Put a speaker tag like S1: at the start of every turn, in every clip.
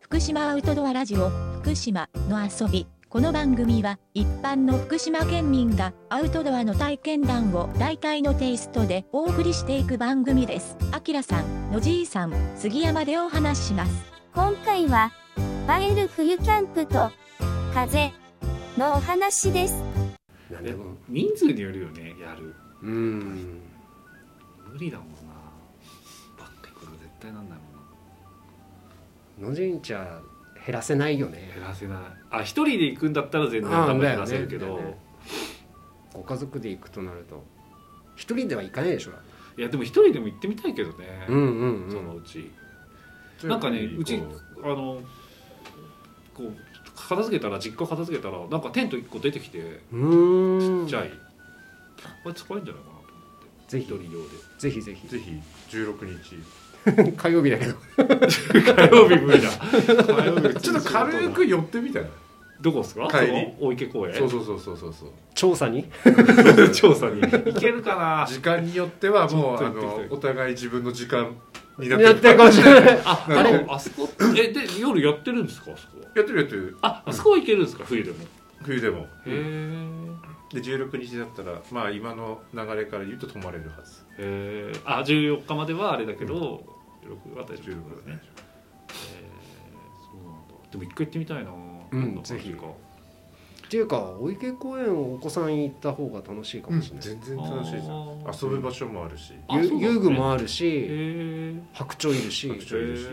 S1: 福島アウトドアラジオ福島の遊びこの番組は一般の福島県民がアウトドアの体験談を大体のテイストでお送りしていく番組ですあきらさんのじいさん杉山でお話しします
S2: 今回は、映える冬キャンプと、風のお話です。
S3: や
S4: で
S3: で
S4: も
S3: も
S4: 人数によるよねやる
S3: うん
S4: 無理だもんなばっかりこれ絶対なんないもん
S3: 野神社減らせないよね
S4: な減らせないあ一人で行くんだったら全然多分減らせるけ
S3: うんだ
S4: ど、
S3: よねご家族で行くとなると一人では行かないでしょ
S4: いやでも一人でも行ってみたいけどね、
S3: うんうん
S4: そうの
S3: ん
S4: うち、なんかねうちあのこう片付けたら実家片付けたらなんかテント一個出てきて
S3: うーん
S4: ちっちゃい、これ使えるんじゃないかなと思って
S3: ぜ
S4: 一
S3: ひ
S4: 人用で
S3: ぜひぜひ
S5: ぜひ16日
S3: 火曜日だけど
S4: 火曜日無理だ火曜 日
S5: ちょっと軽く寄ってみたら
S4: どこですか
S5: 帰り
S4: その大池公園
S5: そうそうそうそうそうそう
S3: 調査に
S4: 調査に行けるかな
S5: 時間によってはもう
S4: ちょ
S5: あ
S4: っと行ってき
S5: の
S4: たい
S5: お互い自分の時間になっ て
S3: や
S5: る
S3: ってるかもしれない
S4: あ、
S5: な
S4: あ
S5: んか
S4: れ、あそこ、え、で、夜やってるんですか、あそこは。
S5: やってるやってる
S4: あ、あそこは行けるんですか、冬でも。へ
S5: 冬でも
S4: え。
S5: で16日だったらまあ今の流れから言うと泊まれるはず
S4: へえ。あ、十四日まではあれだけど、16は大丈夫
S5: 16
S4: です
S5: だ
S4: ね
S5: ね。
S4: へーそうなんだ。でも一回行ってみたいな。
S3: うん
S4: どな感じ
S3: ぜひ
S4: か
S3: っていうかお池公園をお子さん行った方が楽しいか
S5: う
S3: も
S5: ん
S3: しれない、
S5: 全然楽しいじ
S4: あ
S5: ゃん
S4: ー
S5: 遊ぶ場所もあるし
S4: あそうなんだね
S3: ゆ遊具もある
S4: へ
S3: し
S4: え。
S3: 白鳥いるし、
S5: 白鳥
S4: へ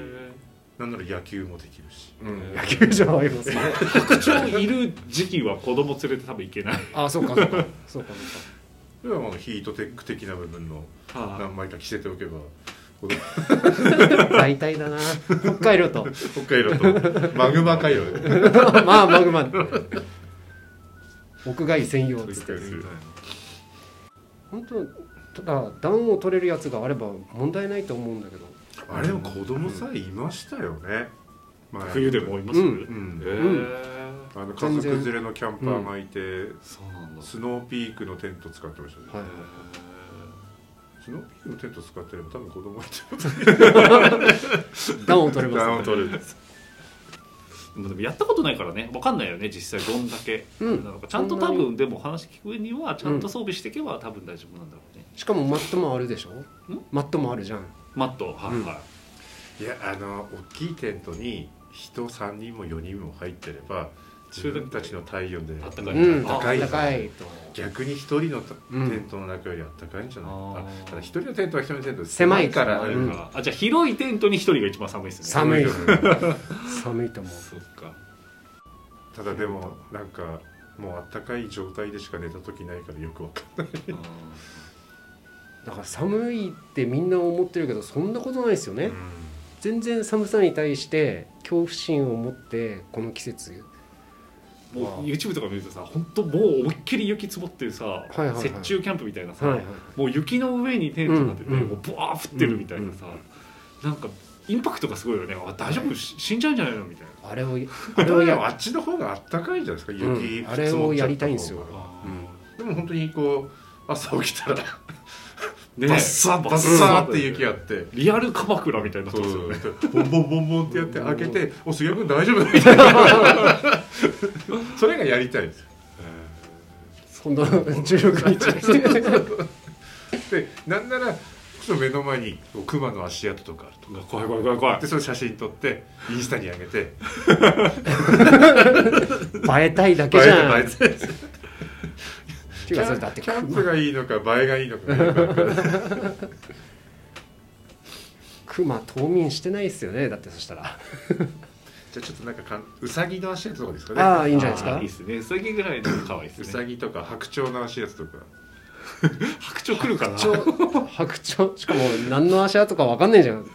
S5: なんなら野球もできるし
S3: うん、野球場ありますね
S4: ーちょうどいる時期は子供連れて多分行けない。
S3: あそうかそうかそうか
S5: それはもうヒートテック的な部分の
S4: は
S5: 何枚か着せておけば
S3: そうか大体だな北海道と
S5: 北海道とマグマかよ
S3: まあマグマ 屋外専用っつって
S4: い。
S3: 本当ただ暖を取れるやつがあれば問題ないと思うんだけど
S5: あれも子供さえいましたよね、まあ
S4: 冬でもいます。
S3: う
S4: へ
S3: ん
S5: うん
S4: え。
S5: あの家族連れのキャンパーがいて、
S4: そうなんだ。へ
S5: スノーピークのテント使ってましたね、
S3: はい
S5: スノーピークのテント使ってれば多分子供は
S3: 暖を取れ
S5: 暖
S3: ま
S5: を
S3: す、
S5: 取れる
S4: ーでもやったことないからね、わかんないよね、実際どんだけ。
S3: うん、
S4: なのかちゃんと
S3: そんな
S4: 多
S3: に
S4: 分でも話聞くにはちゃんと装備していけば多分大丈夫なんだろうね、
S3: しかもマットもあるでしょマットもあるじゃん
S4: マットはいはい、
S5: いやあの大きいテントに人3人も4人も入ってれば自分たちの体温で
S4: あった
S3: う
S4: かい
S3: ん
S4: あ
S3: 高い
S5: 高い
S3: 高いと
S5: 逆に1人のテ
S3: うん
S5: ントの中よりあったかいんじゃない、
S4: あー
S5: あただ1人のテントは1人のテントで
S3: 狭い
S5: から
S3: う
S4: あ
S3: ん
S4: るからあじゃあ広いテントに一人が一番寒いですね
S3: 寒い
S5: よ
S3: 寒いと思う
S4: そっか
S5: ただでもなんかもうあったかい状態でしか寝た時ないからよくわかん
S4: あー
S3: だから寒いってみんな思ってるけどそんなことないですよね、
S5: ない、
S3: 全然寒さに対して恐怖心を持ってこの季節
S4: も
S3: あ
S4: う
S3: ー
S4: YouTube とか見るとさ本当もう思いっきり雪積もってるさ、
S3: いはいはい
S4: 雪中キャンプみたいなさ、
S3: はいはい
S4: もう雪の上にテント立てて、
S3: うんうん
S4: もうブワー降ってるみたいなさ、なんかインパクトがすごいよねあ大丈夫し死んじゃうんじゃないのみたいな
S3: あれをあ
S5: あ
S3: れ
S5: れ
S3: を
S5: は
S3: や
S5: あっちの方があったかいんじゃないですか、
S3: ん
S5: 雪
S3: あれをやりたいんですよ
S4: あ
S5: でも本当にこう朝起きたら
S4: ーね
S5: バッサッバッサーって雪あって、
S4: リアルカバクラみたいになってますよね
S5: そうボンボンボンボンってやって開けて「お杉山君大丈夫だ」みたいなそれがやりたいんですよ
S3: 今度の16日
S5: でなんならその目の前にこう熊の足跡とかあると
S4: 怖い怖い怖い怖い
S5: でその写真撮ってインスタに上げて
S3: 映えたいだ
S5: 映
S3: け
S5: え
S3: じゃん
S5: た
S3: って
S5: 映えた
S3: いうかそれだって
S5: キャンプがいいのか映えがいいの かよくわかんない
S3: クマ冬眠してないですよねだってそしたら
S5: じゃあちょっとなんかかんうさぎの足跡とかですか ね
S3: ああいいんじゃ
S4: あ
S3: ない
S4: ーい
S3: で
S4: っ
S3: すか
S4: すね。うさぎぐらいの可愛いで
S5: う
S4: すね。
S5: さぎとか白鳥の足跡とか
S4: 白鳥来るかな。
S3: 白鳥白鳥しかも何の足跡か分かんないじゃん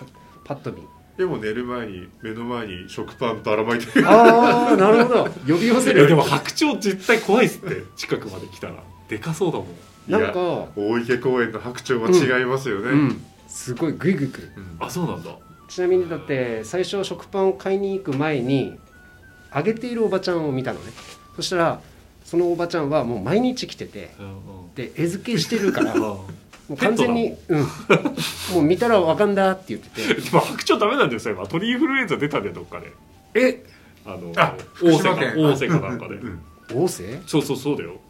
S3: パッと見
S5: でも寝る前に目の前に食パンばらまいて る
S3: ああなるほど呼び寄せ
S4: いやで
S3: る
S4: も白鳥絶対怖いっすって。近くまで来たらでかそうだもん。
S3: なんか
S5: 大池公園の白鳥は違いますよね、
S3: うんすごいグイグイくる
S5: うん
S4: あそうなんだ。
S3: ちなみにだって最初食パンを買いに行く前に揚げているおばちゃんを見たのねそしたらそのおばちゃんはもう毎日来てて
S4: うんうん。
S3: で餌付けしてる から も
S4: あ
S3: う完全にうんもう見たらわかんだって言ってて
S4: ーでも白鳥ダメなんだよそれは。鳥インフルエンザ出たんだよどっかで。
S5: え
S4: あの
S5: あ
S4: 大
S5: 福
S4: 瀬
S5: 島
S4: か
S5: 県
S4: 大瀬かなんかで
S5: うん
S3: 大瀬
S4: そうそうそうだよ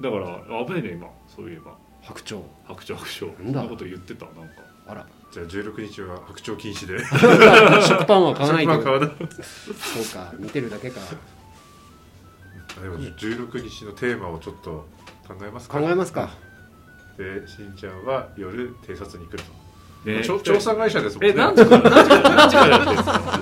S4: だから危ねえね今そういえば
S3: 白鳥
S4: 白鳥白鳥そ
S3: なん
S4: ん
S3: だ
S4: なこと言ってたなんか
S3: あら
S5: じゃあ16日は白鳥禁止で
S3: 食パンは買わない
S5: 食
S3: と
S5: パン買わない
S3: そうか見てるだけか
S5: でも16日のテーマをちょっと考えますか
S3: 考えますか
S5: でしんちゃんは夜偵察に来ると、
S4: ね
S5: ちょ調査会社ですもんね
S4: え何時から何時から何時からやってんですか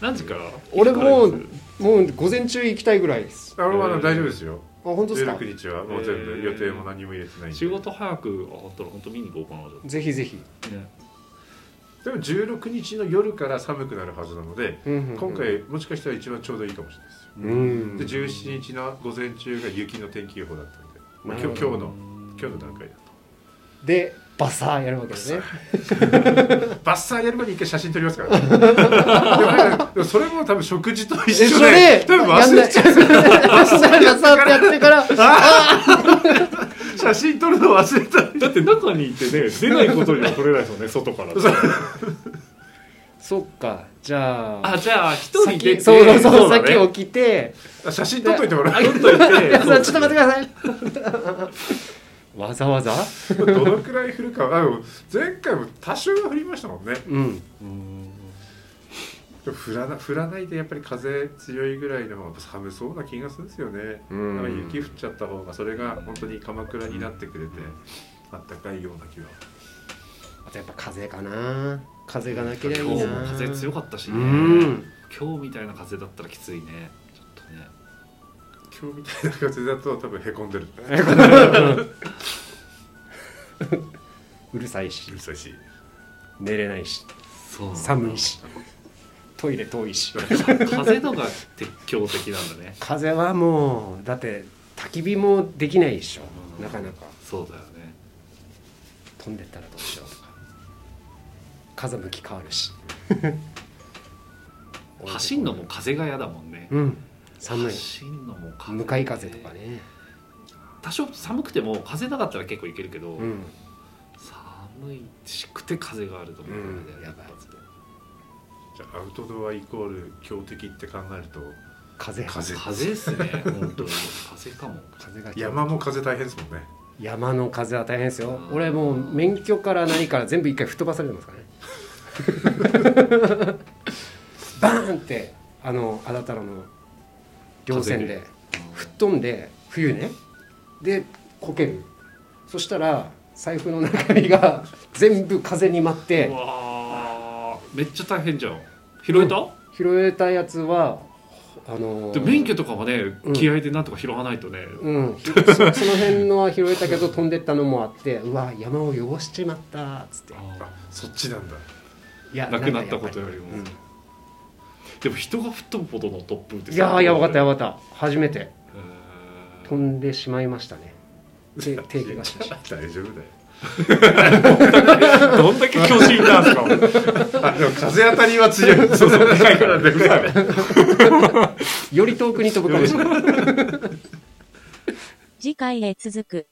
S4: 何時から
S3: 俺も
S4: いつからで
S3: う
S4: す
S3: もう午前中行きたいぐらいです
S5: あ俺はあ
S4: え
S5: の
S4: ー
S5: 大丈夫ですよ
S3: あ本当ですか
S5: 16日はもう全部
S4: えー
S5: 予定も何も入れてないんで、
S4: 仕事早くあったら本当見に行こうかなじ
S3: ぜひぜひ、
S4: ゃあ、ね、
S5: でも16日の夜から寒くなるはずなので、
S3: うんうんうん
S5: 今回もしかしたら一番ちょうどいいかもしれないですよ、
S3: うん
S5: で17日の午前中が雪の天気予報だったんで、まあ、
S3: なる
S5: 今
S3: ほ
S5: 日
S3: ど
S5: 今日の今日の段階だ
S3: でバサーやるわけですね
S5: とバッサーやる前に一回写真撮りますから、ね、で もなんかでもそれも多分食事と一
S3: え
S5: 緒
S3: そ
S5: で
S3: れ
S5: 多分忘れちゃう
S3: バサーバサーってやってから
S5: 写真撮るの忘れた
S4: だって中にいてね出ないことには取れないですよね外から
S3: そっかじゃあ
S4: あじゃあ一人出て
S3: 先そうそうそう
S5: そうだね
S3: 先起きて
S5: あ写真撮っといてもらう
S4: ちょっといて
S3: 皆さんちょっと待ってくださいわざわざ
S5: どのくらい振るかはあでも前回も多少は振りましたもんね
S3: うん
S5: でも振らな振らないでやっぱり風強いぐらいの方が寒そうな気がするんですよね、
S3: うん
S5: なんか雪降っちゃった方がそれが本当に鎌倉になってくれて、あったかいような気は
S3: あとやっぱ風かな風がなけ
S4: 今
S3: れば
S4: 日
S3: いい
S4: も
S3: な
S4: 風強かったし
S3: う
S4: ね
S3: ん
S4: 今日みたいな風だったらきついねちょっとね
S5: 今日みたいな風だと多分へこんでる
S3: うるさいし
S5: うるさいし
S3: 寝れないし
S4: そう
S3: 寒いしトイレ遠いし
S4: 風のが鉄橋的なんだね
S3: 風はもうだって焚き火もできないでしょなかなか
S4: そうだよね
S3: 飛んでったらどうしようとか風向き変わるし
S4: 走んのも風が嫌だもんね
S3: うん寒い
S4: 走んのも風
S3: 向かい風とかね
S4: 多少寒くても風なかったら結構いけるけど、
S3: うん
S4: 寒いしくて風があると思う
S3: うん
S4: だよね
S3: やばい
S4: 一発で
S5: じゃあアウトドアイコール強敵って考えると
S3: 風
S5: 風
S4: 風ですね本当に風かも
S3: 風が
S5: 山も風大変ですもんね
S3: 山の風は大変ですよ
S4: うん
S3: 俺もう免許から何から全部一回吹っ飛ばされてますからね バーンってあの安達太郎の稜線で吹っ飛んで冬ねでこけるそしたら財布の中身 が全部風に舞っ
S4: う
S3: て
S4: わーめっちゃ大変じゃん拾えた、
S3: 拾えたやつはあの
S4: で免許とかはね
S3: うん
S4: 気合でなんとか拾わないとね、
S3: うん、ひそその辺のは拾えたけど飛んでったのもあってうわ山を汚しちまったっつって
S5: あそっちなんだ
S3: いや
S4: なくなった
S3: んかやぱ
S4: こ
S3: り
S4: とよりも、
S3: うん
S4: でも人が吹っ飛ぶほどの突風って
S3: いやーやばかったや
S4: ば
S3: ばかった初めて飛
S4: 本
S3: んでしまいましたね手手怪我したし
S5: 大丈夫だよ
S4: どんだけ巨人なんすか俺
S5: あでも風当たりは強い そうそうでかいからでかいから
S3: より遠くに飛ぶかもしれない
S1: 次回へ続く。